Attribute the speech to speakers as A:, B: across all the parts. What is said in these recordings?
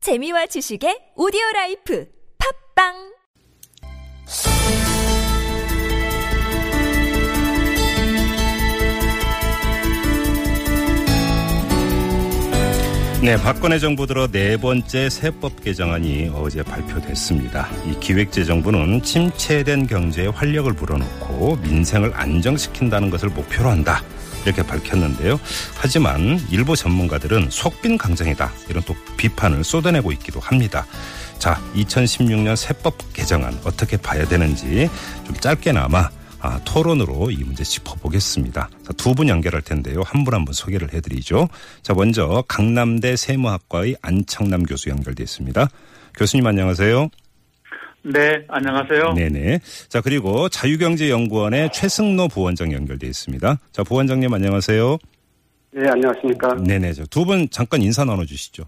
A: 재미와 지식의 오디오 라이프 팝빵
B: 네, 박근혜 정부 들어 네 번째 세법 개정안이 어제 발표됐습니다. 이 기획재정부는 침체된 경제에 활력을 불어넣고 민생을 안정시킨다는 것을 목표로 한다. 이렇게 밝혔는데요. 하지만 일부 전문가들은 속빈 강정이다. 이런 또 비판을 쏟아내고 있기도 합니다. 자, 2016년 세법 개정안 어떻게 봐야 되는지 좀 짧게나마 아, 토론으로 이 문제 짚어보겠습니다. 두 분 연결할 텐데요. 한 분 한 분 소개를 해드리죠. 자, 먼저 강남대 세무학과의 안창남 교수 연결돼 있습니다. 교수님 안녕하세요.
C: 네, 안녕하세요.
B: 네네. 자, 그리고 자유경제연구원의 최승노 부원장 연결돼 있습니다. 자, 부원장님 안녕하세요.
D: 네, 안녕하십니까.
B: 네네. 두 분 잠깐 인사 나눠주시죠.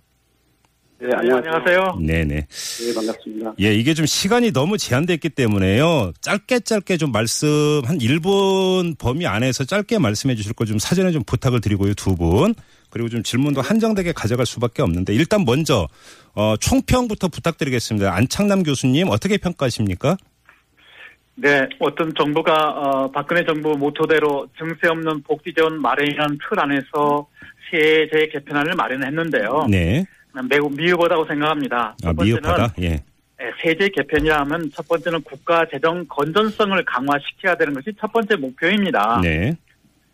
D: 네,
C: 네,
D: 안녕하세요.
C: 안녕하세요.
B: 네네.
D: 네, 반갑습니다.
B: 예, 이게 좀 시간이 너무 제한됐기 때문에요. 짧게 짧게 좀 말씀, 한 1분 범위 안에서 짧게 말씀해 주실 거 좀 사전에 좀 부탁을 드리고요, 두 분. 그리고 좀 질문도 한정되게 가져갈 수밖에 없는데, 일단 먼저, 어, 총평부터 부탁드리겠습니다. 안창남 교수님, 어떻게 평가하십니까?
C: 네, 어떤 정부가 어, 박근혜 정부 모토대로 증세 없는 복지 재원 마련이라는 틀 안에서 세제 개편안을 마련했는데요. 음,
B: 네.
C: 매우 미흡하다고 생각합니다.
B: 아,
C: 첫 번째는
B: 미흡하다? 예.
C: 예, 세제 개편이라 하면 첫 번째는 국가 재정 건전성을 강화시켜야 되는 것이 첫 번째 목표입니다.
B: 네.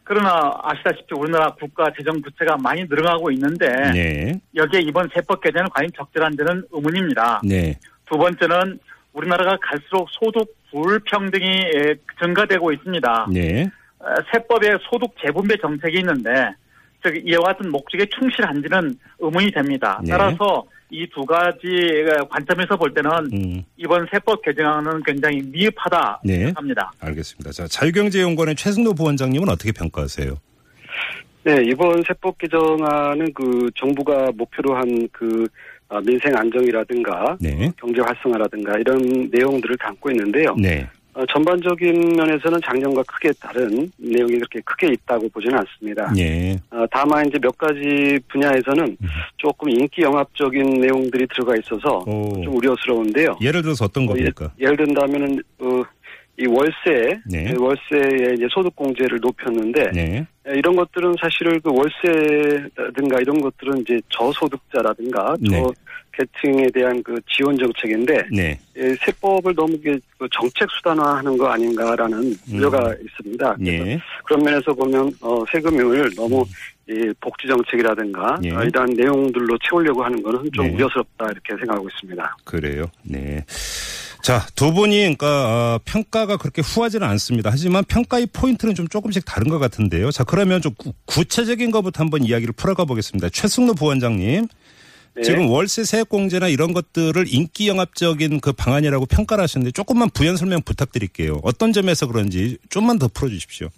C: 그러나 아시다시피 우리나라 국가 재정 부채가 많이 늘어나고 있는데
B: 네.
C: 여기에 이번 세법 개정은 과연 적절한지는 의문입니다.
B: 네.
C: 두 번째는 우리나라가 갈수록 소득 불평등이 에, 증가되고 있습니다.
B: 네.
C: 에, 세법에 소득 재분배 정책이 있는데 즉 이와 같은 목적에 충실한지는 의문이 됩니다.
B: 네.
C: 따라서 이 두 가지 관점에서 볼 때는
B: 음,
C: 이번 세법 개정안은 굉장히 미흡하다
B: 네.
C: 합니다.
B: 알겠습니다. 자, 자유경제연구원의 최승노 부원장님은 어떻게 평가하세요?
D: 네, 이번 세법 개정안은 그 정부가 목표로 한 그 민생 안정이라든가
B: 네.
D: 경제 활성화라든가 이런 내용들을 담고 있는데요.
B: 네.
D: 어, 전반적인 면에서는 작년과 크게 다른 내용이 그렇게 크게 있다고 보지는 않습니다.
B: 예.
D: 어, 다만 이제 몇 가지 분야에서는
B: 음.
D: 조금 인기 영합적인 내용들이 들어가 있어서
B: 오.
D: 좀 우려스러운데요.
B: 예를 들어서 어떤
D: 어, 예-
B: 겁니까?
D: 예를 든다면은 어, 이 월세, 그
B: 네.
D: 월세의 이제 소득공제를 높였는데
B: 네.
D: 예, 이런 것들은 사실을 그 월세라든가 이런 것들은 이제 저소득자라든가
B: 네.
D: 저 계층에 대한 그 지원 정책인데
B: 네.
D: 예, 세법을 너무 이게 그 정책 수단화하는 거 아닌가라는
B: 음.
D: 우려가 있습니다. 그래서
B: 예.
D: 그런 면에서 보면 어, 세금을 너무 이 복지 정책이라든가
B: 예.
D: 어, 이러한 내용들로 채우려고 하는 것은 좀
B: 네.
D: 우려스럽다 이렇게 생각하고 있습니다.
B: 그래요. 네. 자, 두 분이 그러니까 어, 평가가 그렇게 후하지는 않습니다. 하지만 평가의 포인트는 좀 조금씩 다른 것 같은데요. 자, 그러면 좀 구, 구체적인 것부터 한번 이야기를 풀어가 보겠습니다. 최승로 부원장님.
D: 네.
B: 지금 월세 세액공제나 이런 것들을 인기 영합적인 그 방안이라고 평가를 하셨는데 조금만 부연 설명 부탁드릴게요. 어떤 점에서 그런지 좀만 더 풀어 주십시오.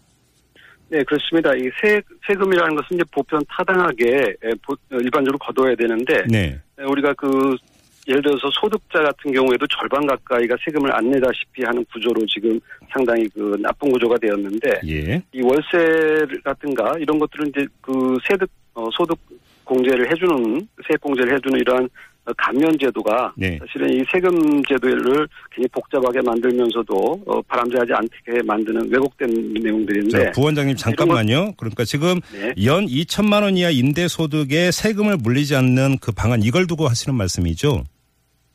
D: 네, 그렇습니다. 이 세, 세금이라는 것은 이제 보편 타당하게 예, 보- 어, 일반적으로 거둬야 되는데
B: 네.
D: 예, 우리가 그 예를 들어서 소득자 같은 경우에도 절반 가까이가 세금을 안 내다시피 하는 구조로 지금 상당히 그 나쁜 구조가 되었는데
B: 예.
D: 이 월세라든가 이런 것들은 이제 그 세득 어, 소득 공제를 해주는 세액 공제를 해주는 이러한 어, 감면 제도가
B: 네.
D: 사실은 이 세금 제도를 굉장히 복잡하게 만들면서도 어, 바람직하지 않게 만드는 왜곡된 내용들인데
B: 자, 부원장님 잠깐만요. 그러니까 지금
D: 예. 네.
B: 연 2천만 원 이하 임대 소득에 세금을 물리지 않는 그 방안 이걸 두고 하시는 말씀이죠?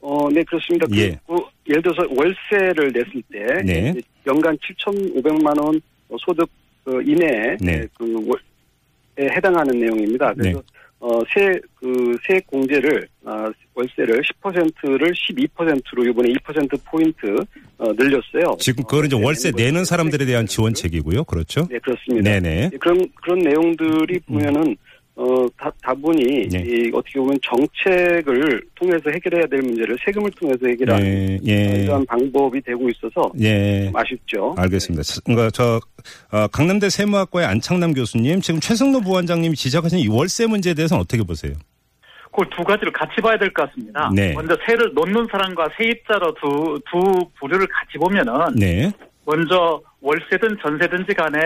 D: 어, 네, 그렇습니다. 그,
B: 예.
D: 그 예를 들어서 월세를 냈을 때
B: 네.
D: 이제 연간 7,500만 원 어, 소득 어, 이내에
B: 네.
D: 그 월에 해당하는 내용입니다. 그래서
B: 네.
D: 어, 세, 그, 세액 공제를, 아, 월세를 10%를 12%로 이번에 2%포인트, 어, 늘렸어요.
B: 지금 그거는 이제
D: 어,
B: 월세
D: 네,
B: 내는
D: 네.
B: 사람들에 대한 지원책이고요. 그렇죠?
D: 네, 그렇습니다.
B: 네네. 음.
D: 예, 그런 그런 내용들이 보면은 어 다, 다분히
B: 네.
D: 이, 어떻게 보면 정책을 통해서 해결해야 될 문제를 세금을 통해서 해결하는
B: 예, 예.
D: 이러한 방법이 되고 있어서
B: 예.
D: 좀 아쉽죠.
B: 알겠습니다. 자, 그러니까 저 어, 강남대 세무학과의 안창남 교수님, 지금 최승노 부원장님이 지적하신 이 월세 문제에 대해서는 어떻게 보세요?
C: 그 두 가지를 같이 봐야 될 것 같습니다.
B: 네.
C: 먼저 세를 놓는 사람과 세입자로 두, 두 부류를 같이 보면은
B: 네.
C: 먼저 월세든 전세든지 간에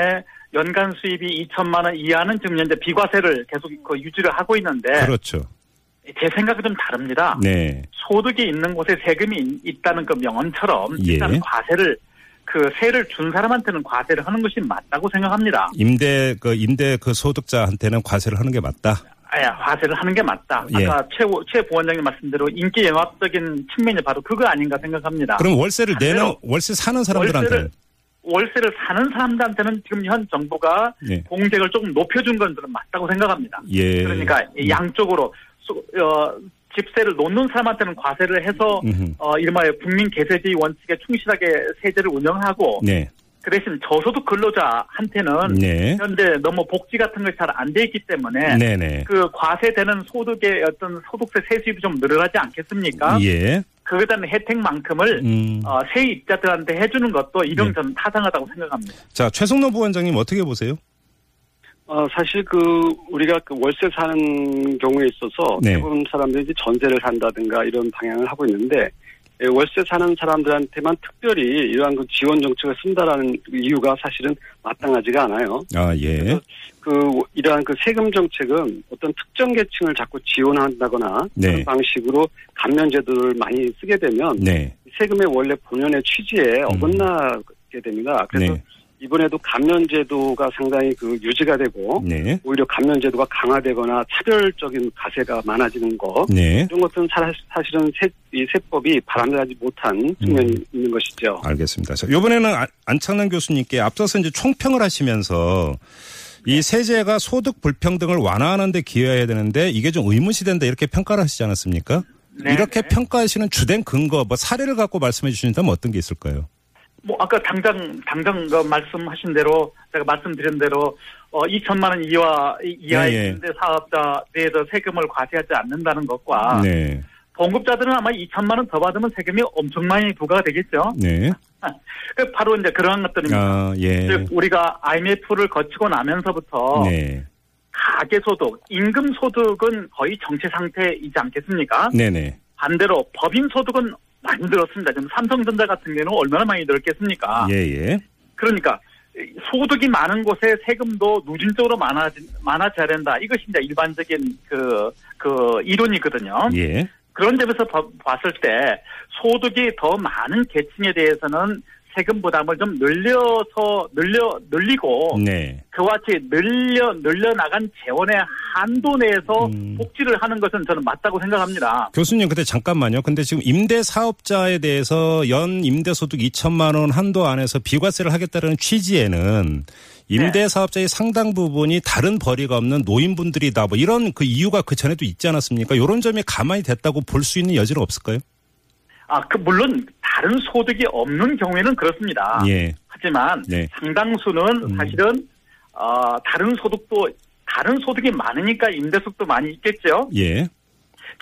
C: 연간 수입이 2천만 원 이하는 지금 현재 비과세를 계속 그 유지를 하고 있는데
B: 그렇죠.
C: 제 생각이 좀 다릅니다.
B: 네.
C: 소득이 있는 곳에 세금이 있- 있다는 그 명언처럼
B: 예.
C: 일단 과세를 그 세를 준 사람한테는 과세를 하는 것이 맞다고 생각합니다.
B: 임대 그 임대 그 소득자한테는 과세를 하는 게 맞다.
C: 아야 과세를 하는 게 맞다.
B: 예.
C: 아까 최최 부원장님 말씀대로 인기 영합적인 측면이 바로 그거 아닌가 생각합니다.
B: 그럼 월세를 내는
C: 반대로
B: 월세 사는 사람들한테
C: 월세를 월세를 사는 사람들한테는 지금 현 정부가
B: 네.
C: 공제를 조금 높여준 건 저는 맞다고 생각합니다.
B: 예.
C: 그러니까 이 양쪽으로 소- 어, 집세를 놓는 사람한테는 과세를 해서
B: 음흠.
C: 어, 이름하여 국민 개세지 원칙에 충실하게 세제를 운영하고
B: 네.
C: 그 대신 저소득 근로자한테는
B: 네.
C: 현재 너무 복지 같은 것이 잘 안 돼 있기 때문에
B: 네, 네.
C: 그 과세되는 소득의 어떤 소득세 세수입이 좀 늘어나지 않겠습니까?
B: 예.
C: 그거에 대한 혜택만큼을
B: 음.
C: 어, 세입자들한테 해주는 것도 이런
B: 네.
C: 저는 타당하다고 생각합니다.
B: 자, 최성노 부원장님 어떻게 보세요?
D: 어, 사실 그 우리가 그 월세 사는 경우에 있어서
B: 네.
D: 대부분 사람들이 이제 전세를 산다든가 이런 방향을 하고 있는데 예, 월세 사는 사람들한테만 특별히 이러한 그 지원 정책을 쓴다라는 이유가 사실은 마땅하지가 않아요.
B: 아, 예.
D: 그 이러한 그 세금 정책은 어떤 특정 계층을 자꾸 지원한다거나
B: 네.
D: 그런 방식으로 감면 제도를 많이 쓰게 되면
B: 네. 음.
D: 세금의 원래 본연의 취지에 어긋나게 됩니다. 그래서
B: 네.
D: 이번에도 감면 제도가 상당히 그 유지가 되고
B: 네.
D: 오히려 감면 제도가 강화되거나 차별적인 가세가 많아지는 것
B: 네.
D: 이런 것은 사- 사실은 세, 이 세법이 바람직하지 못한 측면이
B: 음.
D: 있는 것이죠.
B: 알겠습니다. 자, 이번에는 안- 안창란 교수님께 앞서서 이제 총평을 하시면서 이 세제가 소득 불평등을 완화하는 데 기여해야 되는데 이게 좀 의문시된다 이렇게 평가를 하시지 않았습니까?
C: 네,
B: 이렇게
C: 네.
B: 평가하시는 주된 근거 뭐 사례를 갖고 말씀해 주신다면 어떤 게 있을까요?
C: 뭐 아까 당장 당장 그 말씀하신 대로 제가 말씀드린 대로 어 2천만 원 이하 이하의
B: 예, 예.
C: 임대 사업자 내에서 세금을 과세하지 않는다는 것과
B: 네.
C: 공급자들은 아마 2천만 원 더 받으면 세금이 엄청 많이 부과가 되겠죠.
B: 네.
C: 그 바로 이제 그러한 것들입니다.
B: 아, 예.
C: 즉 우리가 IMF를 거치고 나면서부터
B: 네.
C: 가계 소득, 임금 소득은 거의 정체 상태이지 않겠습니까?
B: 네네.
C: 반대로 법인 소득은 많이 늘었습니다. 지금 삼성전자 같은 경우는 얼마나 많이 늘었겠습니까?
B: 예, 예.
C: 그러니까 소득이 많은 곳에 세금도 누진적으로 많아지, 많아져야 된다. 이것이 이제 일반적인 그, 그 이론이거든요.
B: 예.
C: 그런 점에서 봐- 봤을 때 소득이 더 많은 계층에 대해서는 세금 부담을 좀 늘려서 늘려 늘리고
B: 네.
C: 그와 같이 늘려 늘려 나간 재원의 한도 내에서
B: 음.
C: 복지를 하는 것은 저는 맞다고 생각합니다.
B: 교수님, 근데 잠깐만요. 근데 지금 임대 사업자에 대해서 연 임대 소득 2천만 원 한도 안에서 비과세를 하겠다는 취지에는 임대 사업자의 상당 부분이 다른 벌이가 없는 노인분들이다. 뭐 이런 그 이유가 그 전에도 있지 않았습니까? 이런 점이 가만히 됐다고 볼 수 있는 여지는 없을까요?
C: 아, 그 물론 다른 소득이 없는 경우에는 그렇습니다.
B: 예.
C: 하지만
B: 네.
C: 상당수는
B: 음.
C: 사실은 어, 다른 소득도 다른 소득이 많으니까 임대소득도 많이 있겠죠.
B: 예.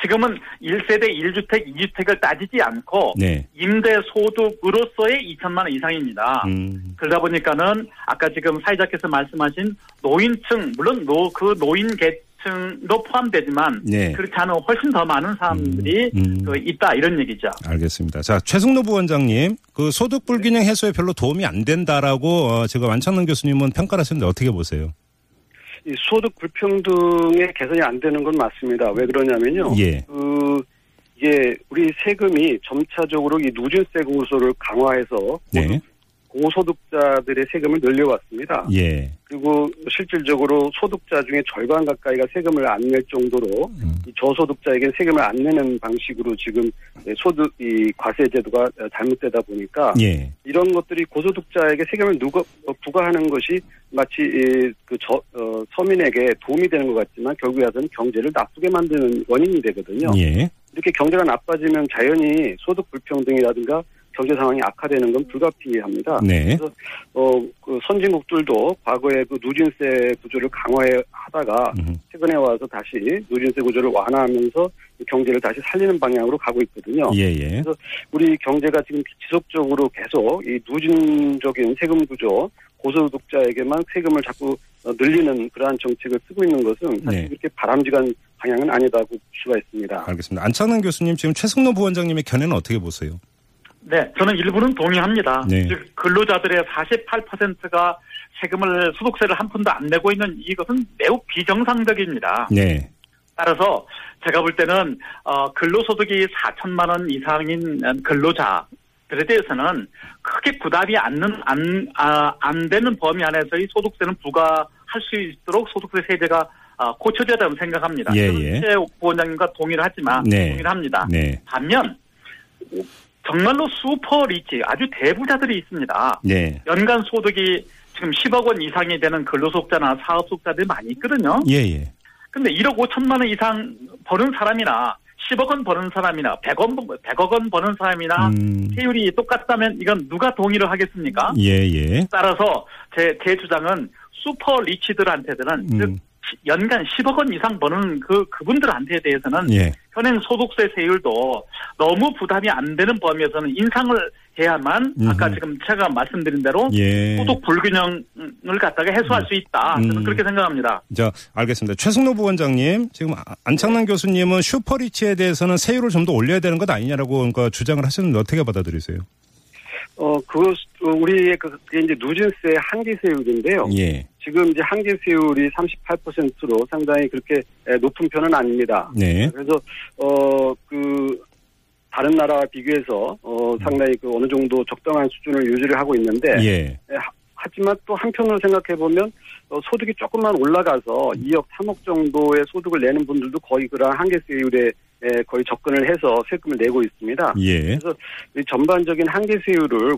C: 지금은 1세대 1주택, 2주택을 따지지 않고
B: 네.
C: 임대소득으로서의 2천만 원 이상입니다.
B: 음.
C: 그러다 보니까는 아까 지금 사회자께서 말씀하신 노인층, 물론 노, 그 노인 계층도 포함되지만
B: 네.
C: 그렇지 않은 훨씬 더 많은 사람들이
B: 음, 음.
C: 그 있다 이런 얘기죠.
B: 알겠습니다. 자, 최승노 부원장님, 그 소득 불균형 해소에 별로 도움이 안 된다라고 어, 지금 안창란 교수님은 평가를 하셨는데 어떻게 보세요?
D: 이 소득 불평등의 개선이 안 되는 건 맞습니다. 왜 그러냐면요.
B: 예.
D: 그 이게 우리 세금이 점차적으로 이 누진세 고소를 강화해서
B: 네.
D: 고소득자들의 세금을 늘려왔습니다.
B: 예.
D: 그리고 실질적으로 소득자 중에 절반 가까이가 세금을 안 낼 정도로
B: 음.
D: 이 저소득자에게 세금을 안 내는 방식으로 지금 예, 소득 이 과세 제도가 잘못되다 보니까
B: 예.
D: 이런 것들이 고소득자에게 세금을 누가 어, 부과하는 것이 마치 이, 그 저, 어, 서민에게 도움이 되는 것 같지만 결국에 와서는 경제를 나쁘게 만드는 원인이 되거든요.
B: 예.
D: 이렇게 경제가 나빠지면 자연히 소득 불평등이라든가 경제 상황이 악화되는 건 불가피합니다.
B: 네.
D: 그래서 어, 그 선진국들도 과거에 그 누진세 구조를 강화해 하다가
B: 음.
D: 최근에 와서 다시 누진세 구조를 완화하면서 경제를 다시 살리는 방향으로 가고 있거든요.
B: 예, 예.
D: 우리 경제가 지금 지속적으로 계속 이 누진적인 세금 구조 고소득자에게만 세금을 자꾸 어, 늘리는 그러한 정책을 쓰고 있는 것은 사실
B: 네.
D: 그렇게 바람직한 방향은 아니다고 볼 수가 있습니다.
B: 알겠습니다. 안창란 교수님, 지금 최승노 부원장님의 견해는 어떻게 보세요?
C: 네, 저는 일부는 동의합니다.
B: 네.
C: 즉 근로자들의 48%가 세금을 소득세를 한 푼도 안 내고 있는 이것은 매우 비정상적입니다.
B: 네.
C: 따라서 제가 볼 때는 어, 근로소득이 4천만 원 이상인 근로자 들에 대해서는 크게 부담이 안는 안, 아, 안 되는 범위 안에서의 소득세는 부과할 수 있도록 소득세 세제가 아, 고쳐져야 된다고 생각합니다.
B: 예,
C: 저는
B: 예.
C: 최 부원장님과 동의를 하지만
B: 네.
D: 아.
C: 동의합니다. 를
B: 네.
C: 반면 정말로 슈퍼리치 아주 대부자들이 있습니다.
B: 네.
C: 연간 소득이 지금 10억 원 이상이 되는 근로소득자나 사업소득자들이 많이 있거든요.
B: 예, 예.
C: 근데 1억 5천만 원 이상 버는 사람이나 10억 원 버는 사람이나 100원, 100억 원 버는
D: 아,
C: 사람이나
B: 음.
C: 세율이 똑같다면 이건 누가 동의를 하겠습니까?
B: 예, 예.
C: 따라서 제, 제 주장은 슈퍼 리치들한테는
B: 음.
C: 즉 연간 10억 원 이상 버는 그 그분들한테 대해서는
B: 예.
C: 현행 소득세 세율도 너무 부담이 안 되는 범위에서는 인상을 해야만 아까
B: 음흠.
C: 지금 제가 말씀드린 대로
B: 예.
C: 소득 불균형을 갖다가 해소할 수 있다 저는
B: 음.
C: 그렇게 생각합니다.
B: 자, 알겠습니다. 최승로 부원장님, 지금 아- 안창란 교수님은 슈퍼리치에 대해서는 세율을 좀 더 올려야 되는 것 아니냐라고 그러니까 주장을 하시는데 어떻게 받아들이세요?
D: 어, 그것, 어, 우리의 그, 그게 이제 누진세 한기세율인데요.
B: 예.
D: 지금 이제 한기세율이 38%로 상당히 그렇게 에, 높은 편은 아닙니다.
B: 네.
D: 그래서, 어, 그, 다른 나라와 비교해서, 어, 상당히 그 어느 정도 적당한 수준을 유지를 하고 있는데,
B: 예.
D: 예, 하- 하지만 또 한편으로 생각해 보면 어, 소득이 조금만 올라가서 2억 3억 정도의 소득을 내는 분들도 거의 그러한 한계세율에 예, 거의 접근을 해서 세금을 내고 있습니다.
B: 예.
D: 그래서 이 전반적인 한계세율을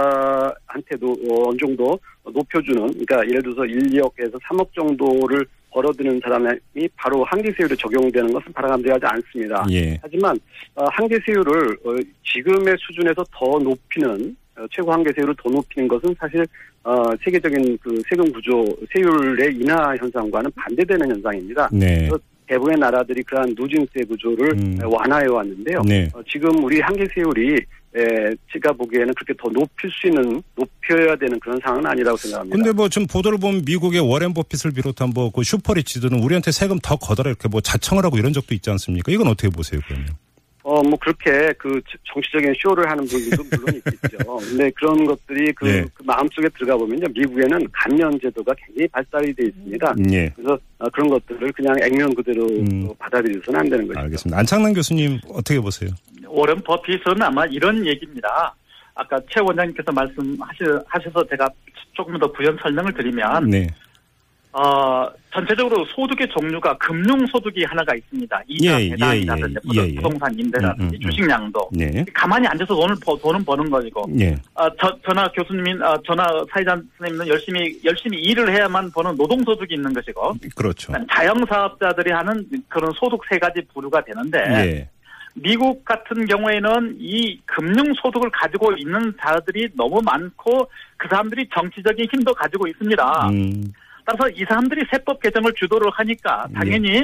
D: 고소득자한테도 어, 어느 정도 높여주는, 그러니까 예를 들어서 1, 2억에서 3억 정도를 벌어드는 사람이 바로 한계세율에 적용되는 것은 바람직하지 않습니다.
B: 예.
D: 하지만 어, 한계세율을 어, 지금의 수준에서 더 높이는 어, 최고 한계세율을 더 높이는 것은 사실 어, 세계적인 그 세금 구조 세율의 인하 현상과는 반대되는 현상입니다.
B: 네.
D: 대부분의 나라들이 그러한 누진세 구조를
B: 음.
D: 완화해 왔는데요.
B: 네.
D: 어, 지금 우리 한계세율이 에, 제가 보기에는 그렇게 더 높일 수 있는 높여야 되는 그런 상황은 아니라고 생각합니다.
B: 근데 뭐 지금 보도를 보면 미국의 워렌 버핏을 비롯한 뭐 그 슈퍼리치들은 우리한테 세금 더 걷어라 이렇게 뭐 자청을 하고 이런 적도 있지 않습니까? 이건 어떻게 보세요, 그러면?
D: 어, 뭐, 그렇게, 그, 정치적인 쇼를 하는 분들도 물론 있겠죠. 근데 그런 것들이 그,
B: 네.
D: 그 마음속에 들어가 보면요. 미국에는 감면제도가 굉장히 발달이 돼 있습니다.
B: 예.
D: 그래서 어, 그런 것들을 그냥 액면 그대로
B: 음.
D: 어, 받아들여서는 안 되는 거죠.
B: 알겠습니다. 안창란 교수님 어떻게 보세요?
C: 워런 버핏은 아마 이런 얘기입니다. 아까 최 원장님께서 말씀하셔서 제가 조금 더 부연 설명을 드리면
B: 네.
C: 어, 전체적으로 소득의 종류가 금융 소득이 하나가 있습니다. 이자,
B: 예, 예,
C: 배당이라든지
B: 예, 예, 예.
C: 부동산 임대라든지
B: 음, 음, 음.
C: 주식량도
B: 네.
C: 가만히 앉아서 돈을 버, 돈은 버는 거이고
B: 예.
C: 아, 저, 전화 교수님인 아, 전화 사회자 선생님은 열심히 열심히 일을 해야만 버는 노동 소득이 있는 것이고
B: 그렇죠.
C: 자영사업자들이 하는 그런 소득 세 가지 부류가 되는데
B: 예.
C: 미국 같은 경우에는 이 금융 소득을 가지고 있는 사람들이 너무 많고 그 사람들이 정치적인 힘도 가지고 있습니다.
B: 음.
C: 따라서 이 사람들이 세법 개정을 주도를
B: 예.
C: 하니까 당연히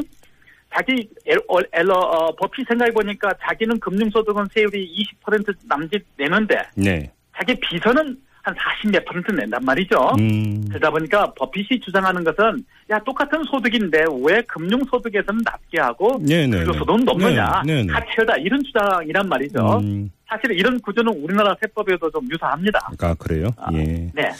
C: 자기 엘- 얼- 엘러 어, 버핏 생각해 보니까 자기는 금융 소득은 세율이 20% 남짓 내는데
B: 네.
C: 자기 비서는 한 40몇 퍼센트 낸단 말이죠.
B: 음.
C: 그러다 보니까 버핏이 주장하는 것은 야 똑같은 소득인데 왜 금융 소득에서는 낮게 하고
B: 네, 네.
C: 그래서 돈 넘느냐
B: 네, 네. 네.
C: 가치하다 이런 주장이란 말이죠.
B: 음.
C: 사실 이런 구조는 우리나라 세법에도 좀 유사합니다.
B: 아, 그래요? 예.
C: 네,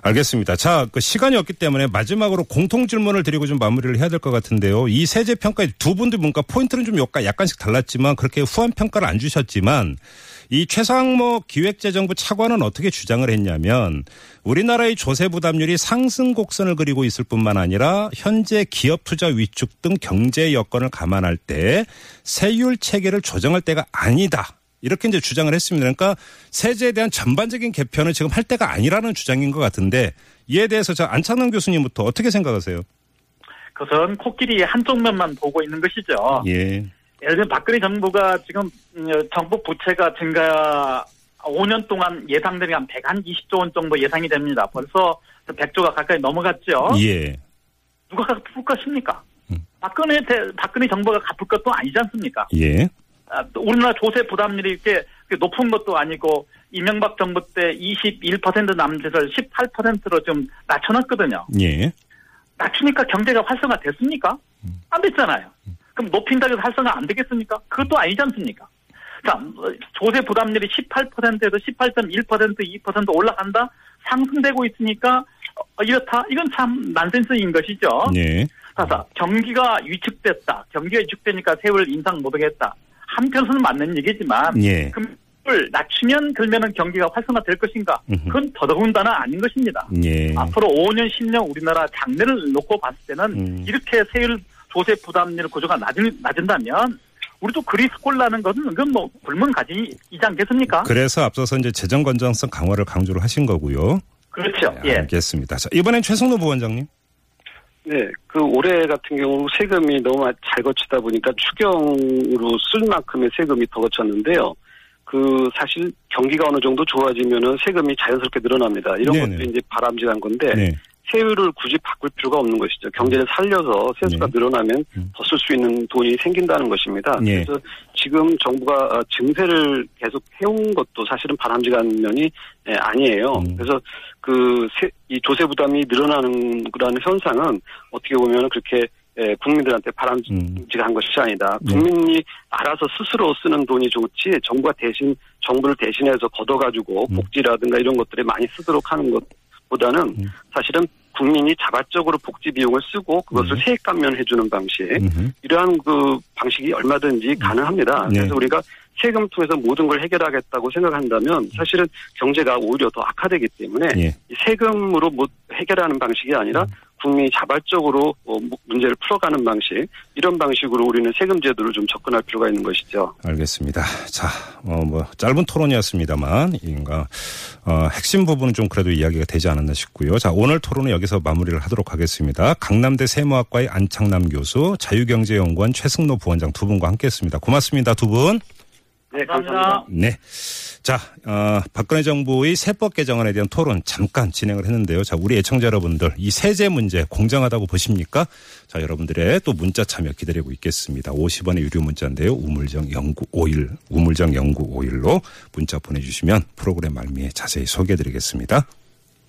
B: 알겠습니다. 자, 그 시간이 없기 때문에 마지막으로 공통 질문을 드리고 좀 마무리를 해야 될 것 같은데요. 이 세제 평가 두 분들 뭔가 포인트는 좀 약간 약간씩 달랐지만 그렇게 후한 평가를 안 주셨지만 이 최상모 기획재정부 차관은 어떻게 주장을 했냐면 우리나라의 조세 부담률이 상승 곡선을 그리고 있을 뿐만 아니라 현재 기업 투자 위축 등 경제 여건을 감안할 때 세율 체계를 조정할 때가 아니다. 이렇게 이제 주장을 했습니다. 그러니까 세제에 대한 전반적인 개편을 지금 할 때가 아니라는 주장인 것 같은데 이에 대해서 저 안창남 교수님부터 어떻게 생각하세요?
C: 그것은 코끼리의 한쪽 면만 보고 있는 것이죠.
B: 예.
C: 예를 들면 박근혜 정부가 지금 음, 정부 부채가 증가 5년 동안 예상대로 한 120조 원 정도 예상이 됩니다. 벌써 100조가 가까이 넘어갔죠.
B: 예.
C: 누가 갚을 것입니까? 박근혜 대- 박근혜 정부가 갚을 것도 아니지 않습니까?
B: 예.
C: 아, 또 우리나라 조세 부담률이 이렇게 그렇게 높은 것도 아니고 이명박 정부 때 21% 남짓을 18%로 좀 낮춰놨거든요.
B: 예.
C: 낮추니까 경제가 활성화 됐습니까? 안 됐잖아요. 그럼 높인다고 해서 활성화 안 되겠습니까? 그것도 아니지 않습니까? 자, 어, 조세 부담률이 18%에서 18.1%, 2% 올라간다? 상승되고 있으니까 어, 이렇다? 이건 참 난센스인 것이죠.
B: 예.
C: 사사 경기가 위축됐다. 경기가 위축되니까 세율 인상 못하겠다. 한편으로는 맞는 얘기지만
B: 예.
C: 금을 낮추면 그러면은 경기가 활성화될 것인가?
B: 음흠.
C: 그건 더더군다나 아닌 것입니다.
B: 예.
C: 앞으로 5년, 10년 우리나라 장래를 놓고 봤을 때는
B: 음.
C: 이렇게 세율 조세 부담률 구조가 낮은, 낮은다면 우리도 그리 스콜라는 것은 그건 뭐 불문가지이지 않겠습니까?
B: 그래서 앞서서 이제 재정 건전성 강화를 강조를 하신 거고요.
C: 그, 렇죠
B: 네,
C: 예.
B: 알겠습니다. 자, 이번엔 최성노 부원장님.
D: 네, 그 올해 같은 경우 세금이 너무 아, 잘 거치다 보니까 추경으로 쓸 만큼의 세금이 더 거쳤는데요. 그 사실 경기가 어느 정도 좋아지면은 세금이 자연스럽게 늘어납니다. 이런
B: 네네. 네.
D: 것도 이제 바람직한
C: 네.
D: 건데 세율을 굳이 바꿀 필요가 없는 것이죠. 경제를 살려서 세수가
B: 네.
D: 늘어나면
B: 음.
D: 더 쓸 수 있는 돈이 생긴다는 것입니다.
B: 예.
D: 그래서 지금 정부가 어, 증세를 계속 해온 것도 사실은 바람직한 면이 예, 아니에요.
B: 음.
D: 그래서 그 이 조세 부담이 늘어나는 그런 현상은 어떻게 보면 그렇게 예, 국민들한테 바람직한
B: 음.
D: 것이 아니다.
B: 네.
D: 국민이 알아서 스스로 쓰는 돈이 좋지 정부가 대신 정부를 대신해서 걷어가지고
B: 음.
D: 복지라든가 이런 것들에 많이 쓰도록 하는 것보다는
B: 음.
D: 사실은 국민이 자발적으로 복지 비용을 쓰고 그것을
B: 음.
D: 세액 감면해 주는 방식
C: 네.
B: 음흠.
D: 이러한 그 방식이 얼마든지 가능합니다.
B: 네.
D: 그래서 우리가 세금 통해서 모든 걸 해결하겠다고 생각한다면 사실은 경제가 오히려 더 악화되기 때문에
B: 음. 예. 음.
D: 이 세금으로 못 해결하는 방식이 아니라 국민이 자발적으로 어, 무- 문제를 풀어가는 방식 이런 방식으로 우리는 세금 제도를 좀 접근할 필요가 있는 것이죠.
B: 알겠습니다. 자, 어, 뭐, 짧은 토론이었습니다만, 인가, 어, 핵심 부분은 좀 그래도 이야기가 되지 않았나 싶고요. 자, 오늘 토론은 여기서 마무리를 하도록 하겠습니다. 강남대 세무학과의 안창남 교수, 자유경제연구원 최승노 부원장 두 분과 함께 했습니다. 고맙습니다. 두 분.
D: 네,
C: 감사합니다.
B: 네. 자, 어, 박근혜 정부의 세법 개정안에 대한 토론 잠깐 진행을 했는데요. 자, 우리 애청자 여러분들 이 세제 문제 공정하다고 보십니까? 자, 여러분들의 또 문자 참여 기다리고 있겠습니다. 50원의 유료 문자인데요. 우물정 0951 우물정 0951로 문자 보내주시면 프로그램 말미에 자세히 소개해드리겠습니다.